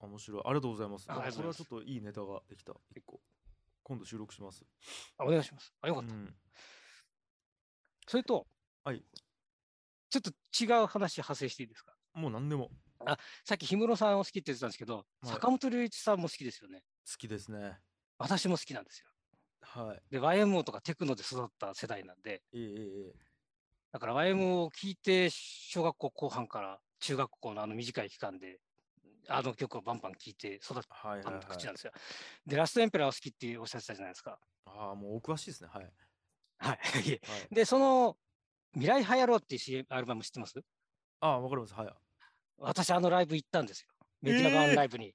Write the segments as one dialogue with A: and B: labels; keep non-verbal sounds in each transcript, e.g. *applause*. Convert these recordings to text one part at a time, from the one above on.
A: 面白い。ありがとうございます。
B: あ
A: なんか
B: あり
A: こ
B: が
A: と
B: う
A: れは
B: ご
A: ち
B: ざいま
A: ょっ
B: す
A: といいネタができた。一個。今度収録します。
B: あお願いします。あ、よか
A: う
B: った。
A: ん。
B: それと、
A: はい。
B: ちょっと違う話派生していいですか
A: もう何でも
B: さっき氷室さんを好きって言ってたんですけど、
A: い
B: 坂本龍一さんも好きですよね。
A: 好きですね。
B: 私も好きなんですよ。
A: は
B: で、YMO とかテクノで育った世代なんで、
A: い。ええええ
B: だから YMO を聞いて、小学校後半から中学校のあの短い期間で、あの曲をバンバン聴いて育っ
A: はいはい、
B: た
A: は
B: の
A: い
B: が。口なんですよ。で、ラストエンペラーを好きっておっしゃってたじゃないですか。
A: ああ、もうお詳しいですね。はい。
B: はい。いえ
A: はい、
B: で、その、未来はやろうっていう CM アルバム知ってます
A: ああ、わかります。はい。
B: 私、あのライブ行ったんですよ。メディナガ
A: えー
B: ンライブに。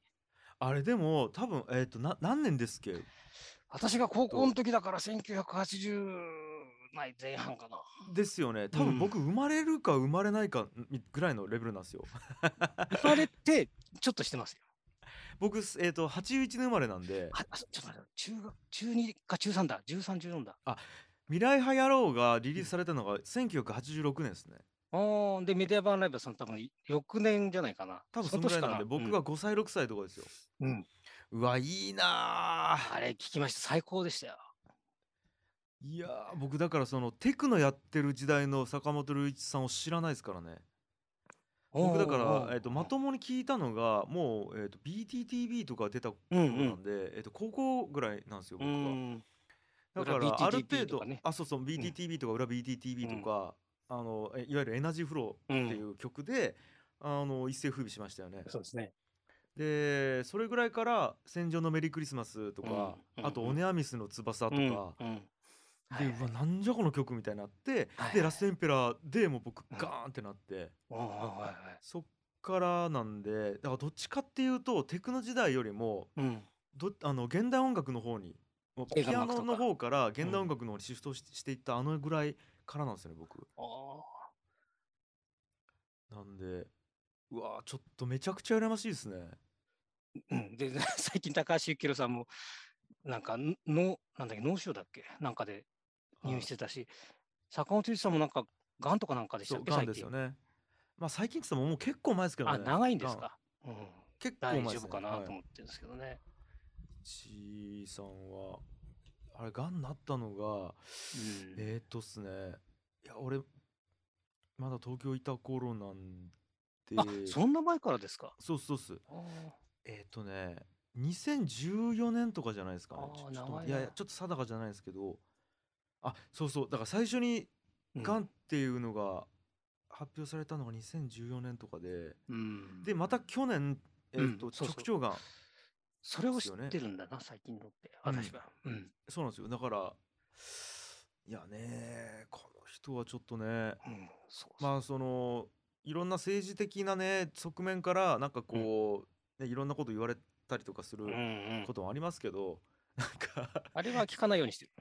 A: あれでも、多分えっ、とな、何年ですっけ
B: 私が高校の時だから1980ない前半かな。
A: ですよね。多
B: うん
A: 分僕、生まれるか生まれないかみぐらいのレベルなんですよ。
B: 生まれて、ちょっとしてますよ。
A: 僕、すえっ、と、81年生まれなんで、
B: あ、あそちょっと待って、中学、中2か中3だ、13、14だ。
A: 未来派野郎がリリースされたのが1986年ですね。
B: あーで、メディア版ライブはその多分い翌年じゃないかな。
A: 多分そのぐらいなんで、
B: の年
A: 僕
B: か
A: が、5歳、6歳とかですよ。
B: うんうん
A: うわ、いいなあ
B: あれ聞きました、最高でしたよ。
A: いやー僕だからそのテクノやってる時代の坂本龍一さんを知らないですからね僕だから、えっとまともに聞いたのがもう、えっと BTTV とか出た頃
B: うんう
A: なん
B: ん。
A: で、えっと高校ぐらいなんですよ
B: う
A: 僕は
B: ん。
A: だから
B: 裏 BTTV
A: ある程
B: と
A: 度、
B: かね
A: あそうそう BTTV とか裏 BTTV とか、あのえいわゆる「エナジーフロー」っていう曲で、あの一世風靡しましたよね
B: そうですね。
A: でそれぐらいから「戦場のメリークリスマス」とか、
B: うん
A: あと「
B: うん
A: オネアミスの翼」とか、
B: うんうんは
A: で
B: いう
A: わなんじゃこの曲みたいになって、
B: はい
A: でラストエンペラーでもう僕
B: うん
A: ガーンってなって、
B: うんうんはいはい
A: そっからなんでだからどっちかっていうとテクノ時代よりも
B: うん
A: どあの現代音楽の方にもう
B: 映
A: ピ
B: 画
A: ア
B: マークと
A: ノ
B: か
A: の方から現代音楽の方にシフトししていったあのぐらいからなんですよね僕
B: あー
A: なんでうわーちょっとめちゃくちゃ羨ましいですね
B: うんで *laughs* 最近高橋幸宏さんもなんかのなんだっけ脳腫瘍だっけなんかで入院してたし、坂本龍一さんもなんかがんとかなんかでし
A: そ
B: た
A: う
B: っけ
A: ガン
B: 最
A: ですよ
B: 近、
A: ねまあ最近って言ってももう結構前ですけどね
B: あ長いんです
A: ガン
B: か、うん、
A: 結構前
B: 大
A: です、ね、
B: 丈夫かな
A: はい
B: と思ってるんですけどね、
A: ちーさんはあれがんなったのが
B: うん
A: えー、っとっすねいや俺まだ東京いた頃なんで
B: あそんな前からですか
A: そうっすそうっす
B: あー
A: えー、っとね2014年とかじゃないですかね
B: あー
A: ちょちょっと
B: 長い
A: いやい
B: な
A: やちょっと定かじゃないですけどあそうそうだから最初に
B: うん
A: がんっていうのが発表されたのが2014年とかで
B: うん
A: でまた去年えーっ
B: う
A: と
B: んそうそう
A: 直腸がん
B: それを
A: で
B: 知
A: す
B: っ
A: よね
B: てるんだな、最近のって
A: うん
B: 私は、うん
A: そうなんですよだからいやねこの人はちょっとね
B: うんそうそう
A: まあそのいろんな政治的なね側面からなんかこう、ね、いろんなこと言われたりとかする
B: うんうん
A: こともありますけど、なんか
B: あれは聞かないようにしてる、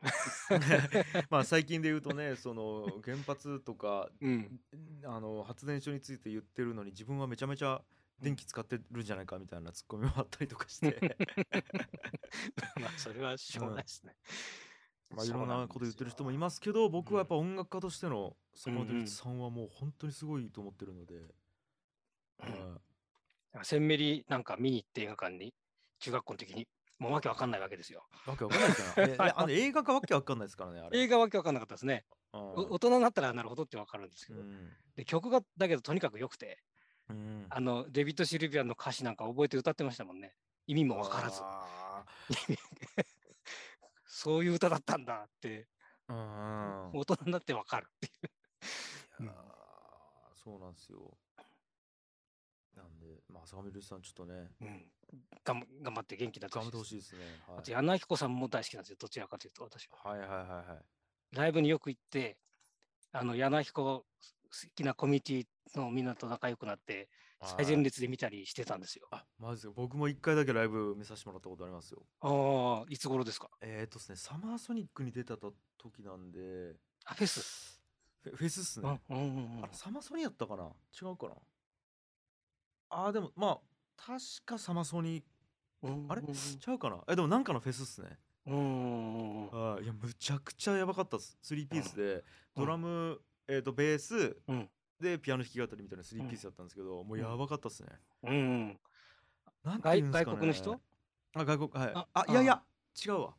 A: まあ最近で言うとねその原発とか
B: うん、
A: あの発電所について言ってるのに自分はめちゃめちゃ電気使ってるんじゃないかみたいなツッコミもあったりとかして
B: *laughs* まあそれはしょうがないですね、
A: まあいろんなこと言ってる人もいますすけど僕はやっぱ音楽家としての坂本
B: うんう
A: 龍
B: ん
A: 一さんはもう本当にすごいと思ってるので、
B: うん
A: はい
B: なんかセンメリなんか見に行って映画館に中学校の時にもうわけわかんないわけですよ。
A: わけわかんないです
B: *laughs*
A: からねいやあの映画化わけわかんないですからねあれ
B: 映画わけわかんなかったですね。
A: うん
B: お大人になったらなるほどってわかるんですけど、で曲がだけどとにかく良くて
A: うんうん
B: あのデビッド・シルビアンの歌詞なんか覚えて歌ってましたもんね意味もわからず
A: あ
B: そういう歌だったんだって
A: ーうん
B: 大人になってわかるっていう
A: いやー
B: うん
A: そうなんですよなんでまあ坂本龍一さんちょっとね、
B: うん、頑張頑張って元気だと
A: 頑張ってほしいですね
B: あと
A: は、
B: 柳彦さんも大好きなんですよどちらかというと私はい
A: はいはいはいはい
B: ライブによく行ってあの柳彦好きなコミュニティのみんなと仲良くなって最前列で見たりしてたんですよ。
A: あマジで僕も一回だけライブ見させてもらったことありますよ
B: ああ、いつ頃ですか
A: えっ、ー、とですねサマーソニックに出た時なんで
B: あ、フェス。
A: フェフェスっす
B: う
A: ね、
B: ん、うん、うん
A: あ。サマソニやったかな違うかなあーでもまあ確かサマソニ
B: うん
A: あれ
B: うん
A: ちゃうかなえでもなんかのフェスっすね
B: うん、うん。
A: はいいやむちゃくちゃやばかったっす3ピースで
B: うん
A: ドラム、えー、とベース、
B: うん
A: でピアノ弾き語りみたいな3ピースだったんですけど、もうやばかったっすね、
B: うん。
A: なんてい
B: 外
A: うんですかね
B: 外国の人
A: あ外国はい
B: あ
A: あ
B: あ
A: いやいや違うわ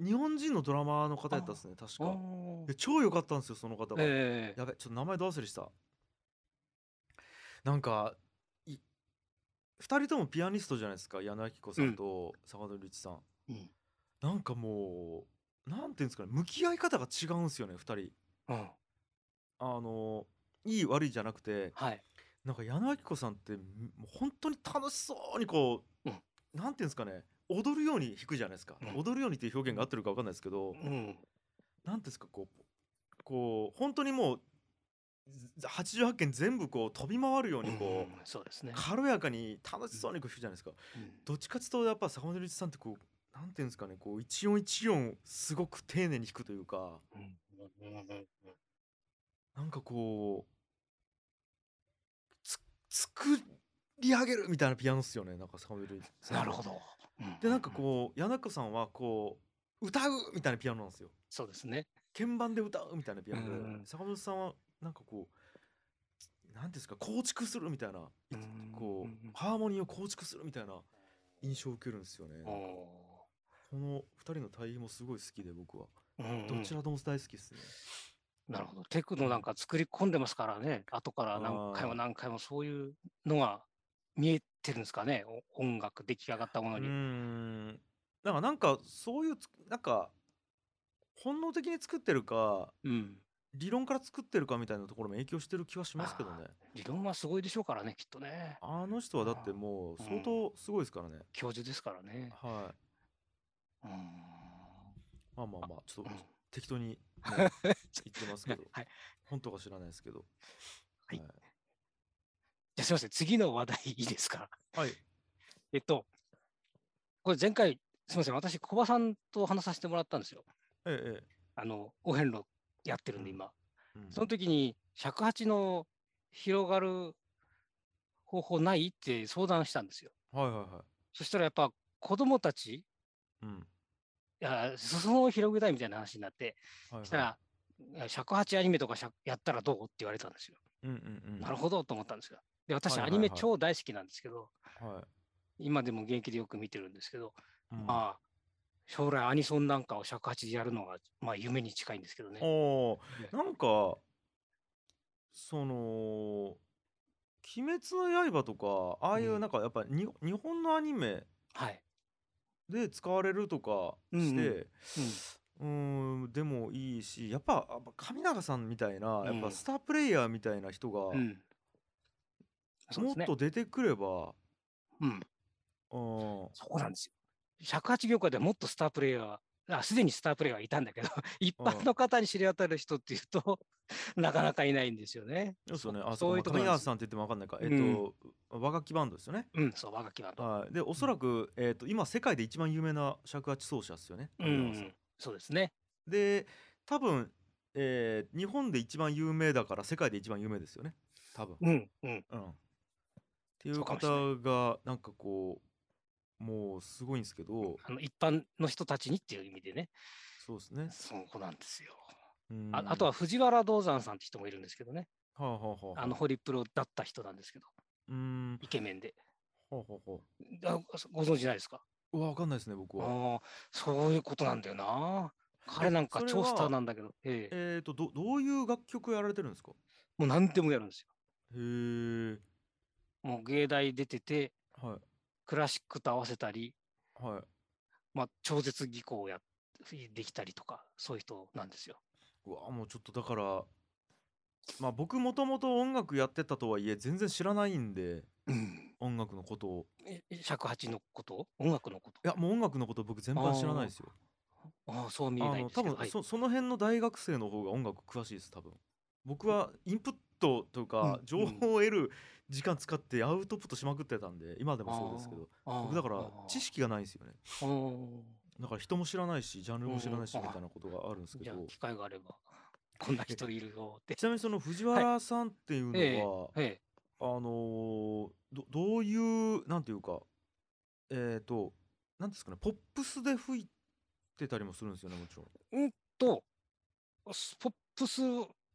A: 日本人のドラマーの方やったっすね確
B: あ
A: かで超良かったんですよその方
B: ー
A: が、
B: ええ
A: やべちょっと名前ど忘れしたなんかい2人ともピアニストじゃないですか矢野明子さんと坂本龍一さん、
B: うん
A: なんかもうなんていうんですかね向き合い方が違うんですよね2人
B: うん
A: あのいい悪いじゃなくて
B: はい。
A: なんか矢野明子さんってんもう本当に楽しそうにこう、
B: うん
A: なんていうんですかね踊るように弾くじゃないですか、
B: うん
A: 踊るようにっていう表現が合ってるか分かんないですけど、
B: うん。
A: なんていうんですかこうこう本当にもうず88件全部こう飛び回るようにこう、
B: うんそうですね。
A: 軽やかに楽しそうにこう弾くじゃないですか、
B: うん
A: どっちかっていうとやっぱ坂本龍一さんってこうなんていうんですかねこう一音一音すごく丁寧に弾くというか
B: うん
A: なんかこうつ作り上げるみたいなピアノっすよねなんか坂本龍一さん
B: なるほど。
A: でなんか
B: うん。
A: こう柳子さんはこう歌うみたいなピアノなんですよ
B: そうですね。
A: 鍵盤で歌うみたいなピアノで、
B: うん
A: 坂本さんはなんかこう何ですか構築するみたいな、い
B: うん
A: こ
B: うんう
A: うんハーモニーを構築するみたいな印象を受けるんですよね、
B: お
A: こ
B: お
A: の2人の対比もすごい好きで僕は
B: ー。うんうん
A: どちらとも大好きですね、
B: なるほど。テクノなんか作り込んでますからね。後から何回も
A: あー
B: 何回もそういうのが見えてるんですかね。お音楽出来上がったもの
A: うー
B: に。
A: んなんかなんかそういうつなんか本能的に作ってるか
B: うん。
A: 理論から作ってるかみたいなところも影響してる気はしますけどね
B: 理論はすごいでしょうからね、きっとね。
A: あの人はだってもう相当すごいですからね、
B: 教授ですからね。
A: はい
B: うん。
A: まあまあまあちょっ
B: う
A: と
B: ん
A: 適当に、ね、言ってますけ
B: *laughs*
A: ど
B: はい。
A: 本当か知らないですけど
B: はいじゃあすいません。次の話題いいですか。
A: はい、はい
B: えっと、これ前回、すみません。私、小葉さんと話させてもらったんですよ。
A: えええ
B: あの、お遍路やってるんで、
A: うん
B: 今。
A: え、うん
B: その時に尺八の広がる方法ないって相談したんですよ。
A: はいはいは
B: そしたらやっぱ子供たち、い
A: いうん
B: や裾野を広げたいみたいな話になって、
A: はい
B: そした
A: は
B: ら、いや尺八アニメとかしゃやったらどうって言われたんですよ。
A: いうんうんうん
B: なるほどと思ったんですよ。で、私、
A: はい
B: ア
A: はい
B: ニメ
A: はい
B: 超大好きなんですけど、
A: はい、
B: 今でも現役でよく見てるんですけど、
A: うん、
B: まあ、将来アニソンなんかを尺八でやるのが、まあ、夢に近いんですけどね。
A: お
B: ね
A: ーなんかその「鬼滅の刃」とかああいう
B: うん
A: なんかやっぱに、日本のアニメ
B: はい。
A: で使われるとか
B: うんうん
A: して
B: うん
A: うーんでもいいしやっぱやっぱ神永さんみたいなやっ
B: う
A: ぱ
B: ん
A: スタープレイヤーみたいな人が、
B: うん。そうで
A: もっ
B: すね。
A: と出てくれば、
B: うん。
A: うん、
B: そうなんですよ。尺八業界ではもっとスタープレイヤーは、あすでにスタープレイヤーはいたんだけど、 *laughs* 一般の方に知り当たる人っていうと、 *laughs* なかなかいないんですよね。
A: そうですよね。
B: そ
A: あ
B: そ
A: そうう
B: い
A: いううと
B: とこ
A: こ
B: ろ
A: ろ。
B: な
A: 谷
B: んです
A: さんって言ってもわかんないか。えっ、
B: うん
A: と、和楽器バンドですよね。
B: うん、そう、我が木はと。
A: はい。で、おそらく、えっ、と、今世界で一番有名な尺八奏者ですよね。
B: う
A: 神永さ
B: ん、そうですね。
A: で、多分、えー日本で一番有名だから世界で一番有名ですよね。多分。
B: うん、うん。
A: うん。ってい
B: そううかもしれな
A: 方がなんかこう、もうすごいんですけど、
B: あの一般の人たちにっていう意味でね、
A: そうですね。
B: そうなんですよ。
A: うん
B: ああとは、藤原道山さんって人もいるんですけどね、
A: はあ、はあはあ、
B: あのホリプロだった人なんですけど、
A: うん、は
B: イケメンで。
A: あ、はあは
B: あご存知ないですか
A: あ。うわ、わかんないですね、僕
B: ああ
A: は。
B: ー、そういうことなんだよな。彼
A: え
B: なんか
A: それ
B: 超スター
A: は
B: なんだけど、ええ
A: えっ、とど、どういう楽曲やられてるんですか
B: もう何でもやるんですよ。
A: へえ、
B: もう芸大出てて、
A: はい。
B: クラシックと合わせたり、
A: はい。
B: まあ、超絶技巧をやっできたりとか、そういう人なんですよ。
A: うわもうちょっとだからまあ僕もともと音楽やってたとはいえ全然知らないんで音楽のことを
B: ええ尺八のこと音楽のこと
A: いやもう音楽のこと僕全般知らないですよ
B: ああ、そう見
A: あ
B: えないん
A: の
B: です
A: 多
B: け
A: 分
B: ど、はい
A: そその辺の大学生の方が音楽詳しいです多分僕はインプットというか
B: うん
A: 情報を得る時間使ってアウトプットしまくってたんで今でもそうですけど
B: あー
A: 僕だから知。識がないんですよね
B: あーあ
A: だから人も知らないしジャンルも知らないし
B: うん
A: みたいなことがあるんです
B: ー
A: け
B: じゃ
A: ど
B: あ、機会があ
A: *laughs*
B: れば、こんな人いるよって
A: ち。なみにその藤原さんっていうのは、
B: えええ、
A: あのーどどういうなんていうかえっ、となんですかねポップスで吹いてたりもするんですよねもちろん。
B: と、スポップス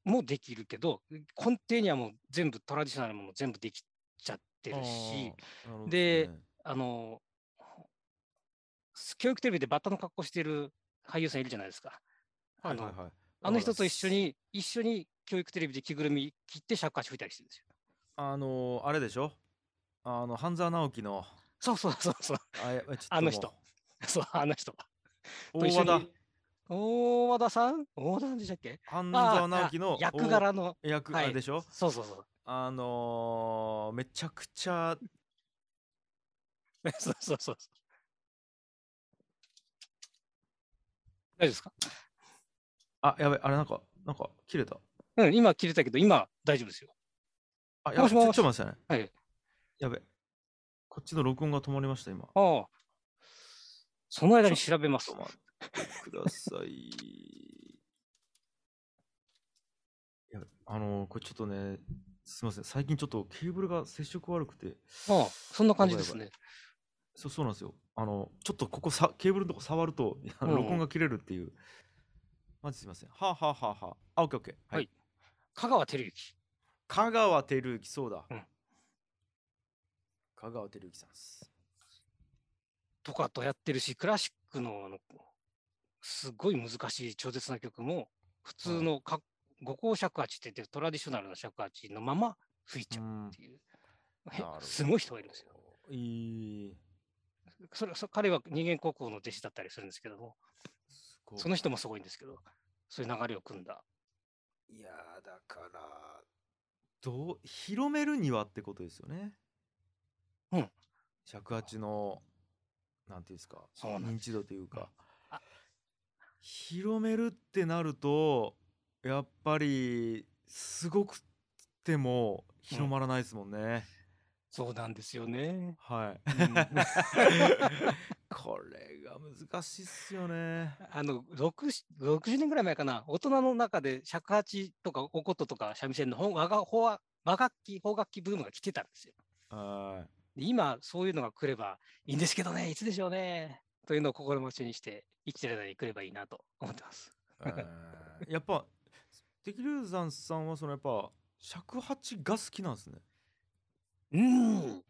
B: もできるけど、根底にはもう全部トラディショナルも全部できちゃって
A: あ
B: るし、
A: ーなるほど
B: で
A: ね
B: あの、教育テレビでバッタの格好してる俳優さんいるじゃないですか。
A: はいはいはい。
B: あの人と一緒に、一緒に教育テレビで着ぐるみ切って尺八吹いたりしてるんですよ。
A: あのーあれでしょあの、半沢直樹の、
B: そうそうそうそう。
A: あやちょっと
B: あの
A: もう
B: 人そう、あの人。と
A: 大
B: 一緒
A: 和
B: に
A: 田、
B: 大和田さん大和田さんでしたっけ
A: 半
B: あ
A: 沢直樹の
B: あ役柄の。
A: 大役、
B: はい
A: あれでしょ
B: そうそう *laughs* そう。
A: あのーめちゃくちゃ、
B: そうそうそう。大丈夫ですか
A: あ、やべ、あれなんか、なんか切れた。
B: うん、今切れたけど、今大丈夫ですよ。
A: あ、やべ、
B: もし
A: ちょ
B: もし
A: ちょっと待ってくださいね。
B: はい。
A: やべ、こっちの録音が止まりました、今。
B: ああ。その間に調べます。
A: ちょっと待ってください。いやあのーこれちょっとね、すみません、最近ちょっとケーブルが接触悪くて、
B: ああ、そんな感じですね。
A: そうそうなんですよ。あのちょっとここさ、ケーブルのとこ触ると、いや
B: うん
A: 録音が切れるっていう。マジすみません。はあ、はあはあはあ、あ、オッケーオッケー。
B: はい香川照之。
A: 香川照之、そうだ。
B: うん
A: 香川照之さんです。
B: とかとやってるし、クラシックのあのすごい難しい超絶な曲も、普通のか、五行尺八って言って、トラディショナルな尺八のまま吹いちゃう
A: うん
B: っていう、
A: なるほど
B: へすごい人がいるんですよ。
A: いい。
B: それそ彼は人間国宝の弟子だったりするんですけども、
A: すごい
B: その人もすごいんですけど、そういう流れを組んだ。
A: いやーだからどう広めるにはってことですよね。
B: うん。
A: 尺八のなんていうんですか
B: そうなん
A: 認知度というか、
B: あ
A: 広めるってなるとやっぱりすごくても広まらないですもんね。
B: そうなんですよ *laughs* ね。
A: はい。
B: うん
A: これが難しいっすよね。
B: あの60 60年ぐらい前かな、大人の中で尺八とかお琴とか三味線の本和が和和和楽器、邦楽器ブームが来てたんですよ。
A: はい。
B: で今、そういうのが来ればいいんですけどね、いつでしょうね。というのを心持ちにして、生きてる間に来ればいいなと思ってます。
A: えーやっぱ敵龍山さんはそのやっぱ尺八が好きなんですね。
B: うーん。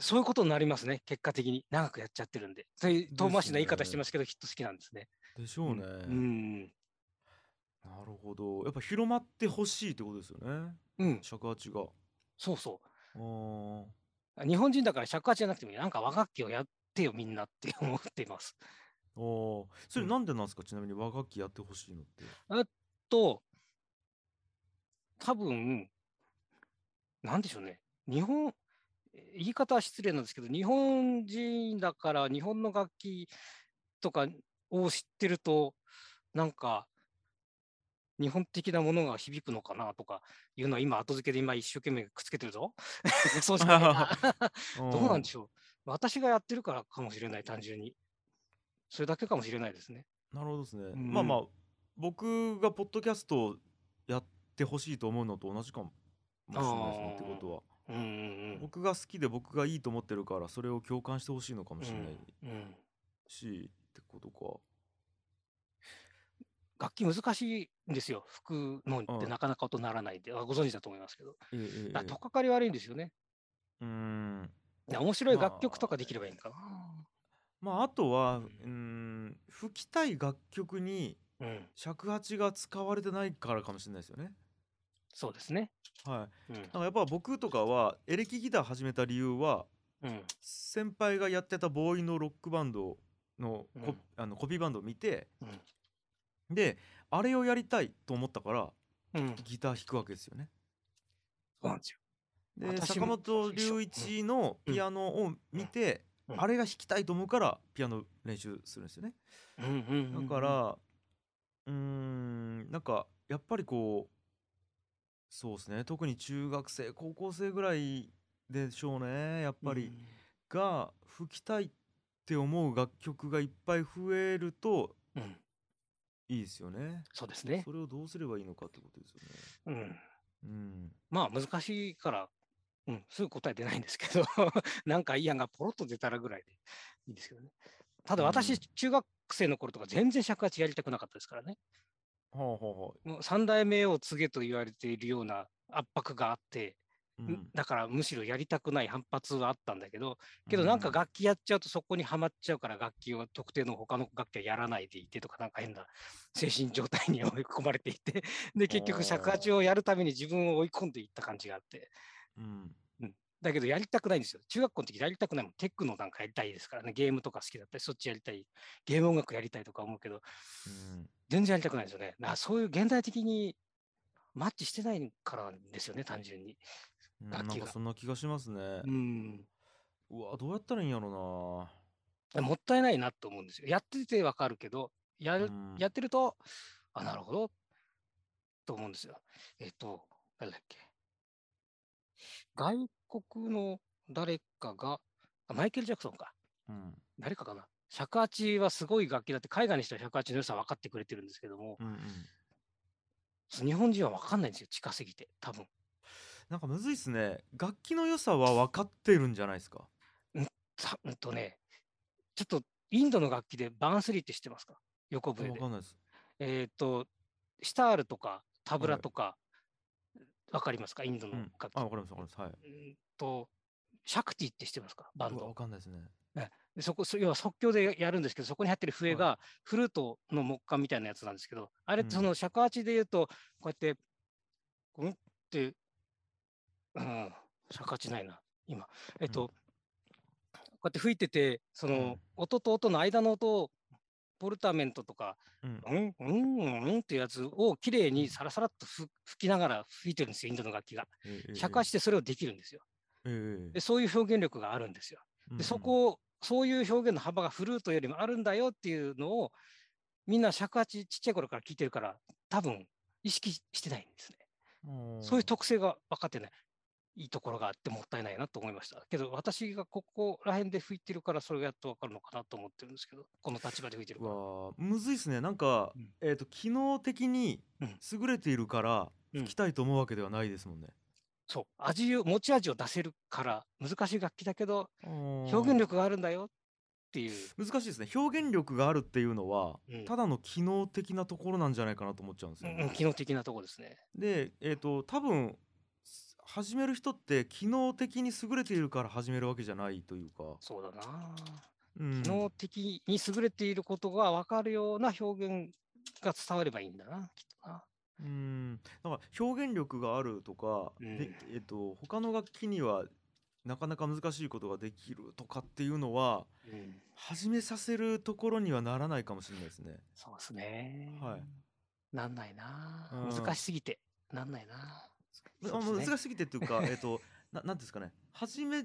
B: そういうことになりますね、結果的に。長くやっちゃってるんで。そういう遠回しな言い方してますけど、きっと好きなんですね。
A: でしょうね。
B: うん。
A: なるほど。やっぱ広まってほしいってことですよね。
B: うん。
A: 尺八が。
B: そうそう。
A: あー
B: 日本人だから尺八じゃなくてもいい、なんか和楽器をやってよ、みんなって思っています。
A: あー。それなんでなんですか、ちなみに和楽器やってほしいのって。
B: と、多分、なんでしょうね。日本、え言い方は失礼なんですけど、日本人だから日本の楽器とかを知ってると、なんか、日本的なものが響くのかなとかいうのは今後付けで今一生懸命くっつけてるぞ。 *laughs* そうじゃないなどうなんで
A: ょ
B: しょう。私がやってるからかもしれない、単純に。それだけかもしれないですね。
A: うなるほどですね。
B: ん
A: まあまあ、僕がポッドキャストをやってほしいと思うのと同じかも。しれないですねって
B: あー
A: ことは、
B: うんうん
A: 僕が好きで僕がいいと思ってるからそれを共感してほしいのかもしれない
B: うん。うん
A: し、ってことか。
B: 楽器難しいんですよ。吹くのっ
A: う
B: て
A: ん
B: なかなか音ならないで、あご存知だと思いますけど。
A: ええええええ
B: だとっかかり悪いんですよね。
A: うーん
B: だ面白い
A: まあ
B: 楽曲とかできればいいんか
A: まああとはう
B: うん
A: ーん吹きたい楽曲に
B: な。うん、
A: 尺八が使われてないからかもしれないですよね。
B: そうですね。
A: はい、
B: うん
A: だからやっぱ僕とかはエレキギター始めた理由は
B: うん
A: 先輩がやってたボーイのロックバンドのコ,、
B: うん
A: あのコピーバンドを見て
B: うん
A: であれをやりたいと思ったから
B: うん、
A: ギター弾くわけですよね。
B: そうなんですよ。
A: で
B: 私
A: 坂
B: も
A: 本龍一のピアノを見て、
B: うんうん
A: あれが弾きたいと思うからピアノ練習するんですよね。
B: うんうんうんうん
A: だから、うーん、なんか、やっぱりこう、そうですね、特に中学生、高校生ぐらいでしょうね、やっぱり、
B: うん
A: が、吹きたいって思う楽曲がいっぱい増えると
B: うん、
A: いいですよね。
B: そうですね。
A: それをどうすればいいのかってことですよね。
B: うん、
A: うん。
B: まあ難しいから、うん、すぐ答え出ないんですけど、 *laughs* なんかいい案がポロッと出たらぐらいでいいんですけどね。ただ私、
A: うん
B: 中学生の頃とか全然尺八やりたくなかったですからね。
A: はあはあはあ
B: もう三代目を告げと言われているような圧迫があって、
A: うん
B: だからむしろやりたくない反発はあったんだけど、けどなんか楽器やっちゃうとそこにはまっちゃうから楽器を特定の他の楽器はやらないでいてとかなんか変な精神状態に追い込まれていて、 *laughs* で結局尺八をやるために自分を追い込んでいった感じがあって、
A: うん
B: だけどやりたくないんですよ。中学校の時やりたくないもん。テックのなんかやりたいですからね。ゲームとか好きだったり、そっちやりたい。ゲーム音楽やりたいとか思うけど、
A: うん
B: 全然やりたくないですよね。なそういう現代的にマッチしてないからなんですよね、単純に。
A: うんな
B: 楽器
A: ん
B: が
A: かそんな気がしますね
B: う。ん。
A: うわどうやったらいいんやろ
B: もったいないなと思うんですよ。やっててわかるけど、や
A: うな。
B: る、
A: うん
B: やってると、あ、なるほど、と思うんですよ。えっと、誰だっけ。外国の誰かが、あマイケル・ジャクソンか。
A: うん
B: 誰かかな。尺八はすごい楽器だって、海外の人は尺八の良さ分かってくれてるんですけども、
A: うんうん
B: 日本人は分かんないんですよ、近すぎて、多分
A: なんかむずいっすね。楽器の良さは分かってるんじゃないですか。
B: さうんとね、ちょっとインドの楽器でバーンスリーって知ってますか横
A: 分
B: 笛で
A: か。んないです。
B: えっ、と、シタールとかタブ
A: は
B: ラ
A: い
B: とか、わかりますかインド
A: う
B: の
A: ん。
B: 楽器。
A: あわかりますわかります。はい。
B: うんと、シャクティって知ってますかバン
A: うわわ
B: ド。
A: かんないですね。
B: でそこ、そ要は即興でやるんですけど、そこに入ってる笛
A: はい
B: がフルートの木管みたいなやつなんですけど、あれっ
A: うん
B: てその尺八で言うと、こうやって、こうんって、うん、尺八ないな、今。えっ
A: う
B: と、
A: ん
B: こうやって吹いてて、その、
A: うん
B: 音と音の間の音を、ポルタメントとか、
A: うん。
B: うん、うん、うんっていうやつをきれいにサラサラっとふ吹きながら吹いてるんですよ、インドの楽器が。
A: ええ
B: 尺八でそれをできるんですよ。
A: えええ
B: で、そういう表現力があるんですよ。
A: え
B: で、そこを、そういう表現の幅がフルートよりもあるんだよっていうのを、みんな尺八ちっちゃい頃から聞いてるから、多分意識してないんですね。そういう特性が分かってない。いいところがあってもったいないなと思いました。けど、私がここら辺で吹いてるから、それがやっと分かるのかなと思ってるんですけど、この立場で吹いてるから。
A: はむずいっすねなんか、
B: うん
A: えっ、と機能的に
B: うん
A: 優れているから
B: うん
A: 吹きたいと思うわけではないですもんね、
B: そう、味を、持ち味を出せるから、難しい楽器だけど、表
A: 表
B: 現力があるんだよっていう。
A: 難しいですね表現力があるっていうのは、
B: うん
A: ただの機能的なところなんじゃないかなと思っちゃうんです
B: う
A: よね、
B: んうん、機能的なとこですね。
A: でえっ、と多分す始める人って機能的に優れているから始めるわけじゃないというか、
B: そうだな。
A: うん
B: 機能的に優れていることが分かるような表現が伝わればいいんだな、きっとな。
A: うんなんか表現力があるとか、
B: うん
A: でえっと他の楽器にはなかなか難しいことができるとかっていうのは
B: うん、
A: 始めさせるところにはならないかもしれないですね。
B: そうですね。
A: はい。
B: なんないな。
A: うん
B: 難しすぎて、なんないな。
A: まあ
B: そうですね
A: 難しすぎてっていう
B: *laughs*
A: かえっとななんていうんですかね始め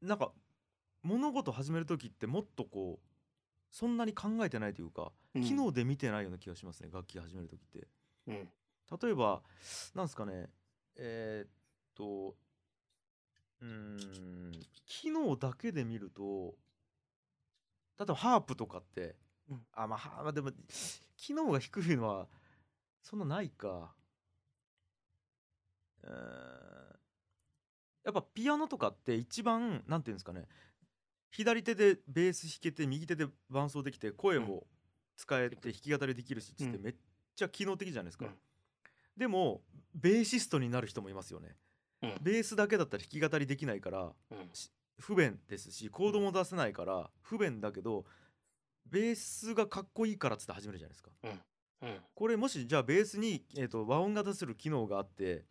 A: なんか物事始める時ってもっとこうそんなに考えてないというか
B: うん
A: 機能で見てないような気がしますね、楽器始める時って。
B: うん。
A: 例えばなんですかねえーっとうーん機能だけで見ると例えばハープとかって、
B: うん
A: あまあはまあでも機能が低いのはそんなないかうーんやっぱピアノとかって一番なんていうんですかね左手でベース弾けて右手で伴奏できて声も使えて弾き語りできるしっつって
B: うん
A: めっちゃ機能的じゃないですか、
B: うん
A: でもベーシストになる人もいますよね、
B: うん
A: ベースだけだったら弾き語りできないから
B: うん
A: 不便ですしコードも出せないから不便だけどベースがかっこいいからっつって始めるじゃないですか
B: うん。
A: これもしじゃあベースに、えー、と和音が出せる機能があって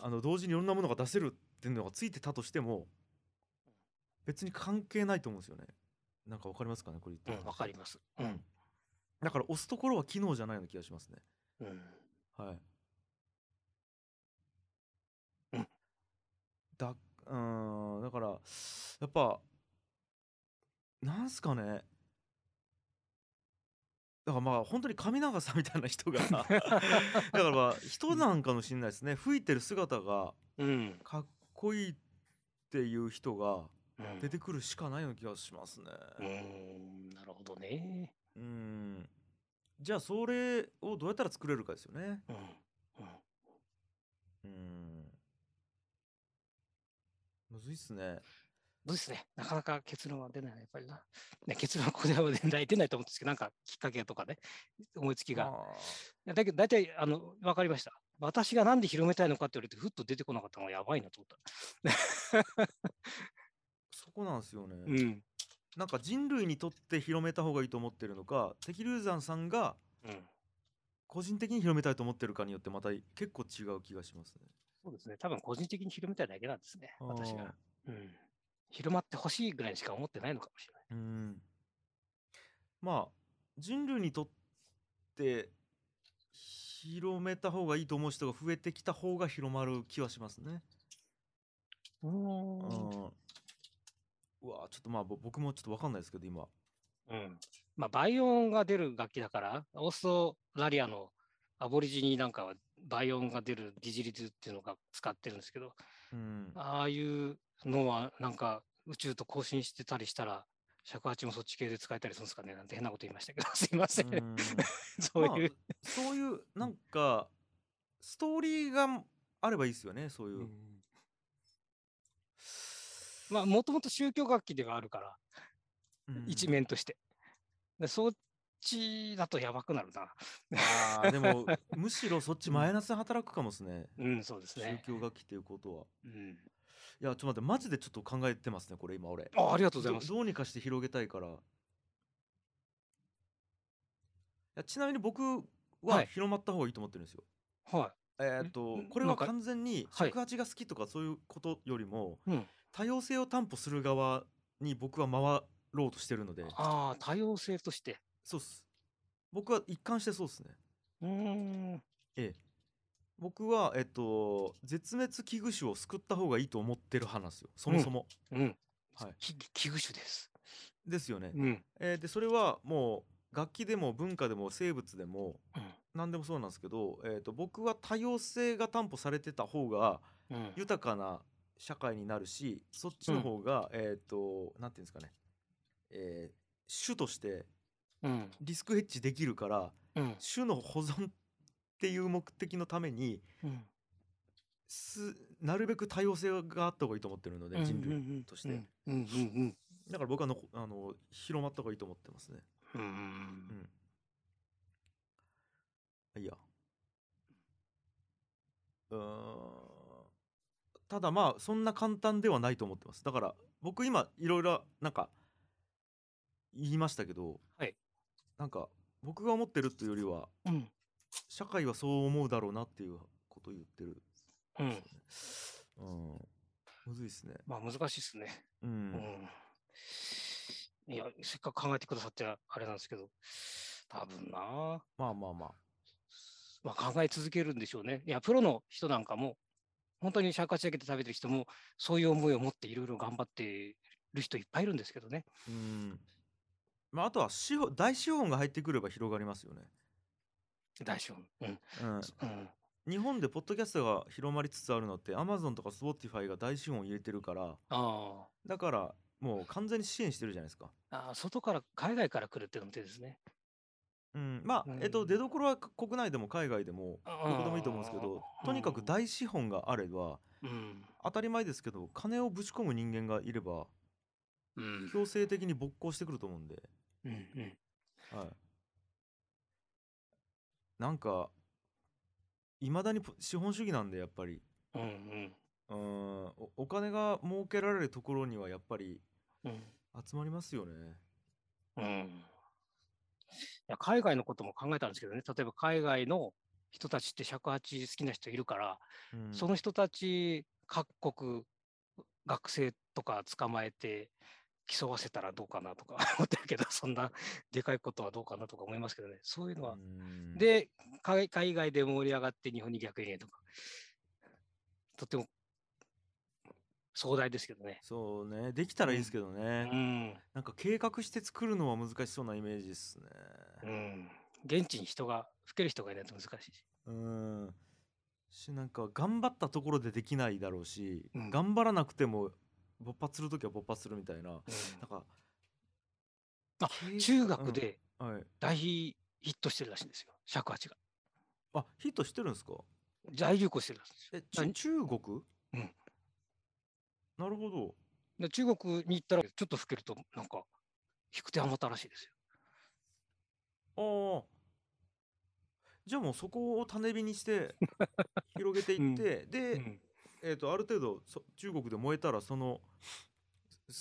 A: あの同時にいろんなものが出せるっていうのがついてたとしても別に関係ないと思うんですよねなんかわかりますかねこれ
B: う
A: 言っ
B: ん、
A: て
B: わかります。うん。
A: だから押すところは機能じゃないような気がしますね
B: うん。
A: はい。
B: うん
A: だ、うーん、だから、やっぱ、なんすかね。だからまあ本当に神長さんみたいな人がだからまあ人なんかもしれないですね吹いてる姿が
B: うん。
A: かっこいいっていう人が
B: うん
A: 出てくるしかないような気がしますね。
B: うん。なるほどね。
A: うんじゃあそれをどうやったら作れるかですよね。
B: うん。うん。
A: うん。むずいっすね。
B: そうですね。なかなか結論は出ないな、やっぱりな。ね、結論はここでは出ない出ないと思うんですけど、なんかきっかけとかね、思いつき
A: ま
B: が。
A: あ
B: いやだけど、大体、あの、わかりました。私がなんで広めたいのかって言われて、ふっと出てこなかったのがやばいなと思った。
A: そこなんですよね、
B: うん。
A: なんか人類にとって広めた方がいいと思ってるのか敵龍山さんが
B: うん。
A: 個人的に広めたいと思ってるかによってまた結構違う気がしますね
B: そうですね。多分個人的に広めたいだけなんですね。私
A: あー
B: が。うん。広まってほしいぐらいにしか思ってないのかもしれない。
A: うんまあ人類にとって広めた方がいいと思う人が増えてきた方が広まる気はしますね。
B: う。
A: うんん、うわちょっとまあぼ僕もちょっとわかんないですけど今。
B: うん。まあ、倍音が出る楽器だから、オーストラリアのアボリジニなんかは倍音が出るディジリズっていうのが使ってるんですけど、
A: うん、
B: ああいうのはなんか宇宙と交信してたりしたら、尺八もそっち系で使えたりするんですかねなんて変なこと言いましたけど、 *laughs* すいません。
A: うん
B: そういう、
A: まあそういうなんかストーリーがあればいいですよねそういう。
B: まあ、もともと宗教楽器ではあるから、
A: うん
B: 一面として。でそっちだとやばくなるな。
A: あーでもむしろそっちマイナスに働くかもですね。
B: うん、そうです
A: 宗
B: ね。
A: 教楽器っていうことは。
B: うん、
A: いやちょっと待ってマジでちょっと考えてますねこれ今俺。
B: あありがとうございます。
A: どどうにかして広げたいからいやちなみに僕は
B: はい
A: 広まった方がいいと思ってるんですよ、
B: は
A: えーっと
B: ん
A: これ
B: な
A: は
B: んか
A: 完全に
B: はい
A: 尺八が好きとかそういうことよりも、
B: い。うん、
A: 多様性を担保する側に僕は回ろうとしてるので
B: ああ、多様性として。
A: そうっす僕は一貫してそうっすね
B: うーん。
A: ええ僕はえっと絶滅危惧種を救った方がいいと思ってる派なんですよそもそも、
B: うん。
A: はい
B: き危惧種です。
A: ですよね、
B: うん。
A: えーでそれはもう楽器でも文化でも生物でも
B: うん
A: 何でもそうなんですけど、えー、と僕は多様性が担保されてた方が
B: うん。
A: 豊かな社会になるしそっちの方が、えっ、となんていうんですかね、えー種として
B: うん。
A: リスクヘッジできるから
B: うん。
A: 種の保存っていう目的のために
B: うん
A: すなるべく多様性があった方がいいと思ってるので、人類
B: 類
A: として
B: うんうんうん
A: だから僕はのこあの広まった方がいいと思ってますね。
B: うん。うん
A: うん。いや。うーん。ただまあ、そんな簡単ではないと思ってます。だから、僕今、いろいろ、なんか、言いましたけど、
B: はい
A: なんか、僕が思ってるというよりは、
B: うん
A: 社会はそう思うだろうなっていうことを言ってる。
B: うんうん。
A: うん。むずいっすね。
B: まあ難しいですね。
A: う。
B: うんん。いや、せっかく考えてくださってあれなんですけど、多分な。
A: まあまあまあ。
B: まあ考え続けるんでしょうね。いや、プロの人なんかも、本当に尺八だけで食べてる人も、そういう思いを持っていろいろ頑張ってる人いっぱいいるんですけどね。
A: うん。まあ、あとは資本、大資本が入ってくれば広がりますよね。
B: 大丈夫。うん。
A: うん。
B: うん。
A: 日本でポッドキャストが広まりつつあるのって Amazon とか Spotify が大資本を入れてるから
B: あ
A: だからもう完全に支援してるじゃないですか。
B: あ。ああ、外から、海外から来るっていうのも手ですね。
A: うん、まあ、
B: うん
A: えっと出どころは国内でも海外でも
B: あ
A: どこでもいいと思うんですけどとにかく大資本があれば
B: うん。
A: 当たり前ですけど金をぶち込む人間がいれば
B: うん。
A: 強制的に勃興してくると思うんで、
B: うん。うん。
A: はい、なんかいまだにポ資本主義なんでやっぱり
B: うんうん
A: うんおお金が儲けられるところにはやっぱり
B: うん
A: 集まりますよね。
B: うんいや海外のことも考えたんですけどね、例えば海外の人たちって尺八好きな人いるから、
A: うん
B: その人たち各国学生とか捕まえて競わせたらどうかなとか *laughs* 思ってるけど、そんなでかいことはどうかなとか思いますけどね、そういうのは。
A: うん、
B: で、海海外で盛り上がって日本に逆輸入とか、とても壮大ですけどね。
A: そうねできたらいいですけど
B: う
A: ね、
B: ん
A: なんか計画して作るのは難しそうなイメージですね
B: うん、現地に人が、吹ける人がいないと難しいし。
A: うんしなんか頑張ったところでできないだろうし、
B: うん
A: 頑張らなくても勃発する時は勃発するみたいななんか
B: あ
A: 計画
B: 中学、で
A: うんはい、
B: 大ヒットしてるらしいんですよ、尺八が。
A: あヒットしてるんですか
B: 大流行してるらしいんですよ。
A: えちゅ
B: 何
A: 中国、
B: うん
A: なるほど
B: で中国に行ったら、ちょっと吹けると、なんか、弾く手余ったらしいですよ。
A: ああじゃあもうそこを種火にして
B: *laughs*
A: 広げていって、で、
B: うん
A: えー、とある程度そ中国で燃えたらその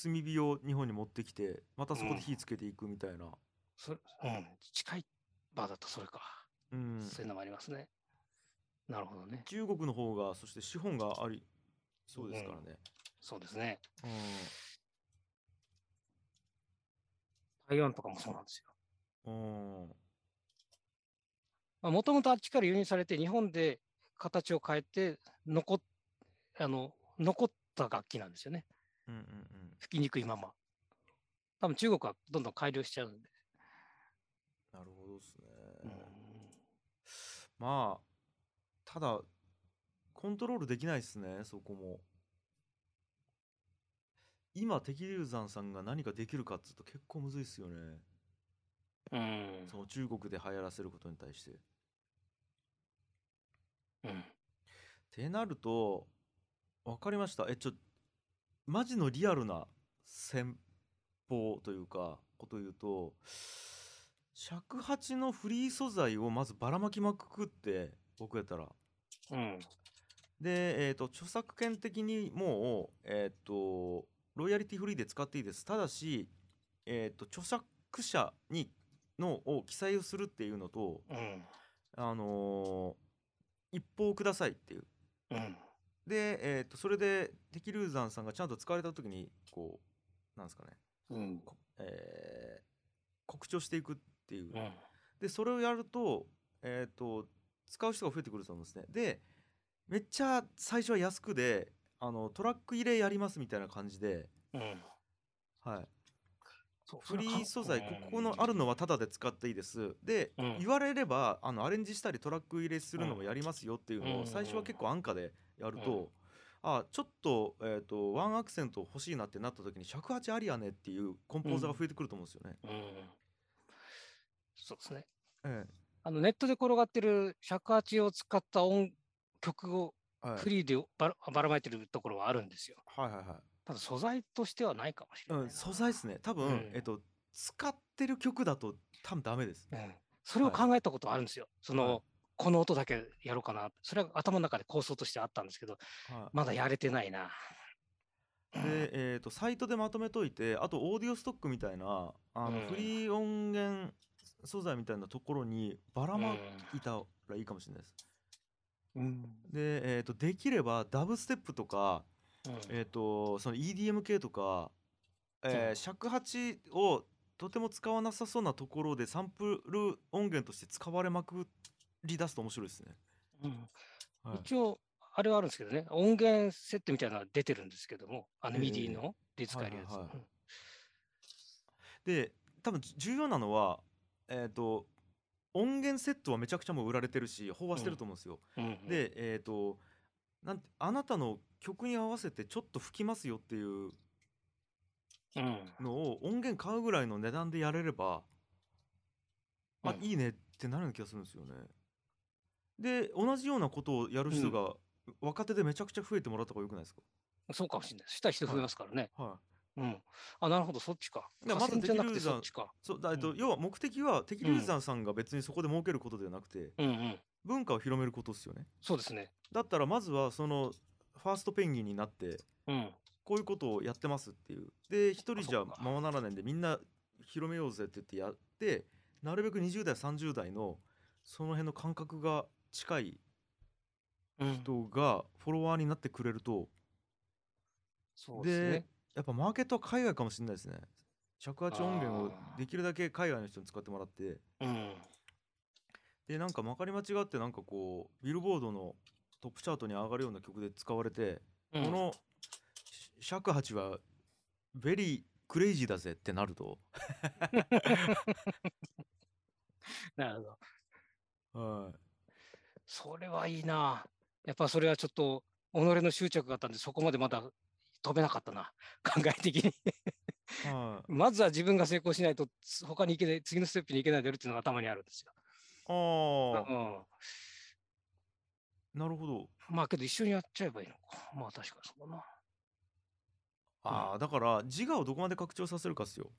A: 炭火を日本に持ってきてまたそこで火つけていくみたいな、
B: それうん、近いバーだとそれか、
A: うん
B: そういうのもありますね。なるほどね。
A: 中国の方がそして資本がありそうですからね、
B: そうですね。
A: うん
B: 台湾とかもそうなんです
A: う
B: よ。
A: ん
B: もともとあっちから輸入されて、日本で形を変えて残っ、あの残った楽器なんですよね。
A: うんうん
B: 吹きにくいまま。多分中国はどんどん改良しちゃうんで。
A: なるほどですね、
B: うん
A: まあただコントロールできないですねそこも今敵流山さんが何かできるかっつうと結構むずいっすよね
B: うん
A: その中国で流行らせることに対して
B: うん
A: てなると分かりましたえちょマジのリアルな戦法というかことを言うと尺八のフリー素材をまずばらまきまくくって僕やったら
B: うん
A: で、えー、と著作権的にもう、えー、とロイヤリティフリーで使っていいですただし、えー、と著作者にのを記載をするっていうのと、
B: うん
A: あのー一報くださいっていう
B: うん
A: で、えー、とそれで敵流山さんがちゃんと使われた時にこうなんですかね、
B: うん
A: こえー告知をしていくっていう、
B: うん
A: でそれをやると,、えー、と使う人が増えてくると思うんですねでめっちゃ最初は安くであのトラック入れやりますみたいな感じで、
B: うん
A: はい、
B: そうそ
A: フ
B: れ
A: リ
B: は
A: ー
B: か
A: 素材ここのあるのはタダで使っていいですで、
B: うん
A: 言われればあのアレンジしたりトラック入れするのもやりますよっていうの
B: う
A: を
B: ん
A: 最初は結構安価でやる
B: うん
A: と、あちょっと,、えー、とワンアクセント欲しいなってなった時に尺八ありやねっていうコンポーザーが増えてくると思うんですよね。
B: うんそうですね。
A: え
B: あのネットで転がってる尺八を使った音曲を
A: えはい
B: フリーでばらばらまいてるところはあるんですよ。
A: はいはいはい
B: ただ素材としてはないかもし
A: う
B: れないな。
A: ん、素材ですね多分、
B: うん
A: えっと使ってる曲だと多分ダメです、
B: うんそれを考えたことはあるんですよ。その、
A: はい
B: この音だけやろうかな。それは頭の中で構想としてあったんですけど、
A: は
B: まだやれてないな。
A: い、で、えっとサイトでまとめといてあとオーディオストックみたいなあの、
B: うん
A: フリー音源素材みたいなところにばらまいたらいいかもしれないです、
B: うん
A: で、えっとできればダブステップとか、
B: うん
A: えっとその EDM 系とか、えー
B: うん
A: 尺八をとても使わなさそうなところでサンプル音源として使われまくり出すと面白いですね、
B: うん
A: はい
B: 一応、あれはあるんですけどね、音源セットみたいなのは出てるんですけども、あの
A: ええ
B: MIDI ので使えるやつ。
A: はいはいはで多分じ重要なのはえっ、と音源セットはめちゃくちゃもう売られてるし飽和してると思うんですよ、
B: うんうんうん、
A: でえっ、となんてあなたの曲に合わせてちょっと吹きますよっていう
B: うん
A: のを音源買うぐらいの値段でやれればあ、
B: うん
A: いいねってなるような気がするんですよねで同じようなことをやる人が、若手でめちゃくちゃ増えてもらった方がよくないですか
B: そうかもしれない。したら人増えますからね。
A: はい
B: うん。あ、なるほど、そっちか。
A: いや
B: 河
A: まず
B: 川じゃなく
A: で
B: て
A: きる
B: そっちか。
A: そうだえっと、
B: うん
A: 要は目的は敵流山さんが別にそこで儲けることではなくて、
B: うんうん。
A: 文化を広めることですよね
B: そうですね。
A: だったらまずはそのファーストペンギンになって
B: うん。
A: こういうことをやってますっていうで一人じ
B: そ
A: ゃ
B: っか
A: ままならないんでみんな広めようぜって言ってやってなるべく20代30代のその辺の感覚が近い
B: うん、
A: 人がフォロワーになってくれると
B: そうですね。
A: やっぱマーケットは海外かもしれないですね尺八音源を
B: あー
A: できるだけ海外の人に使ってもらって
B: うん。
A: でなんかまかり間違ってなんかこうビルボードのトップチャートに上がるような曲で使われて
B: こ
A: こ、のし尺八はベリークレイジーだぜってなると、
B: なるほど。
A: はい
B: それはいいな。やっぱそれはちょっと、己の執着があったんで、そこまでまだ飛べなかったな。考え的に。
A: はい、
B: まずは自分が成功しないと、つ他に行けない、次のステップに行けないでやるっていうのが頭にあるんですよ。
A: ああ
B: う
A: なるほど
B: ん。まあけど一緒にやっちゃえばいいのか。まあ確かにそうだな。
A: ああだから自我をどこまで拡張させるかっすよ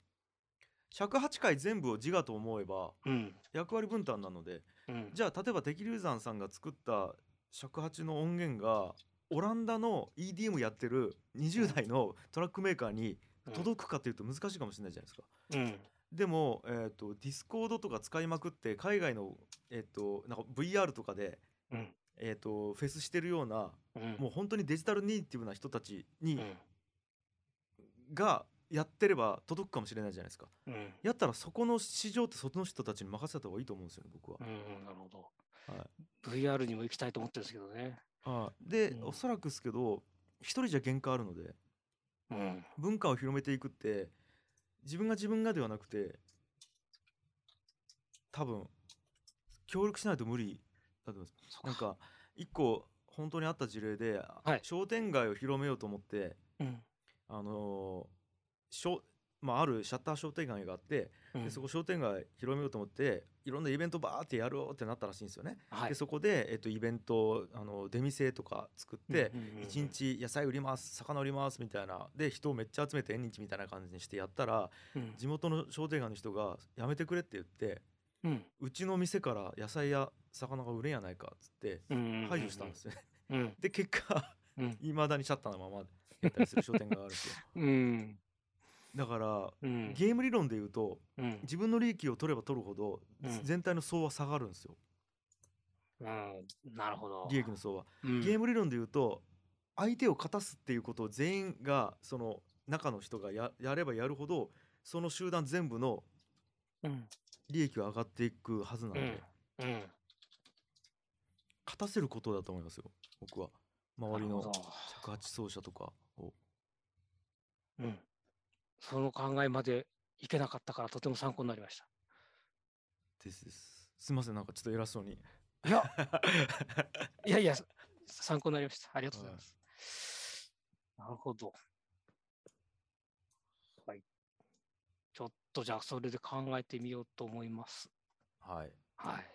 A: 108回全部を自我と思えば
B: うん。
A: 役割分担なので
B: うん。
A: じゃあ例えば敵龍山さんが作った尺八の音源がオランダの EDM やってる20代のトラックメーカーに届くかというと難しいかもしれないじゃないですか。
B: うん。
A: でも、えー、とディスコードとか使いまくって海外の、えー、となんか VR とかで、
B: うん。
A: えー、とフェスしてるような
B: うん。
A: もう本当にデジタルネイティブな人たちに、
B: うん。
A: がやってれば届くかもしれないじゃないですか。
B: うん。
A: やったらそこの市場ってその人たちに任せた方がいいと思うんですよね僕は
B: う。ん、なるほど。
A: は
B: VR にも行きたいと思ってるんですけどね。
A: はい、で、
B: うん
A: おそらくですけど一人じゃ限界あるので
B: うん。
A: 文化を広めていくって自分が自分がではなくて多分協力しないと無理だと思います。
B: そっ
A: なん、か一個本当にあった事例で、
B: はい
A: 商店街を広めようと思って
B: うん。
A: あのーしょまあ、あるシャッター商店街があって、
B: う
A: で
B: ん
A: そこ商店街広めようと思っていろんなイベントバーってやろうってなったらしいんですよね。
B: は
A: でそこで、えっと、イベントあの出店とか作って、
B: うんうんうんうん
A: 一日野菜売ります魚売りますみたいなで人をめっちゃ集めて縁日みたいな感じにしてやったら
B: うん
A: 地元の商店街の人が「やめてくれ」って言って
B: うん
A: 「うちの店から野菜や魚が売れんやないか」っつって
B: うん
A: 排除したんですよね。
B: うん
A: で結果 *laughs*
B: うん
A: いまだにシャッターのままやったりする商店街があるん
B: *laughs*
A: ですよ。
B: うん
A: だから
B: うん
A: ゲーム理論で言うと
B: うん
A: 自分の利益を取れば取るほど
B: うん
A: 全体の総は下がるんですよ
B: うんなるほど
A: 利益の総は。
B: うん
A: ゲーム理論で言うと相手を勝たすっていうことを全員がその中の人がややればやるほどその集団全部の
B: うん
A: 利益は上がっていくはずなの
B: う
A: で、
B: んうん
A: 勝たせることだと思いますよ僕は周り
B: なる
A: の
B: ほど
A: 尺八奏者とかを
B: うんその考えまでいけなかったからとても参考になりまし
A: ですですすいませんなんかちょっと偉そうに
B: たいやいやいや参考になりましたありがとうございますなるほどはいちょっとじゃあそれで考えてみようと思います
A: はい
B: はい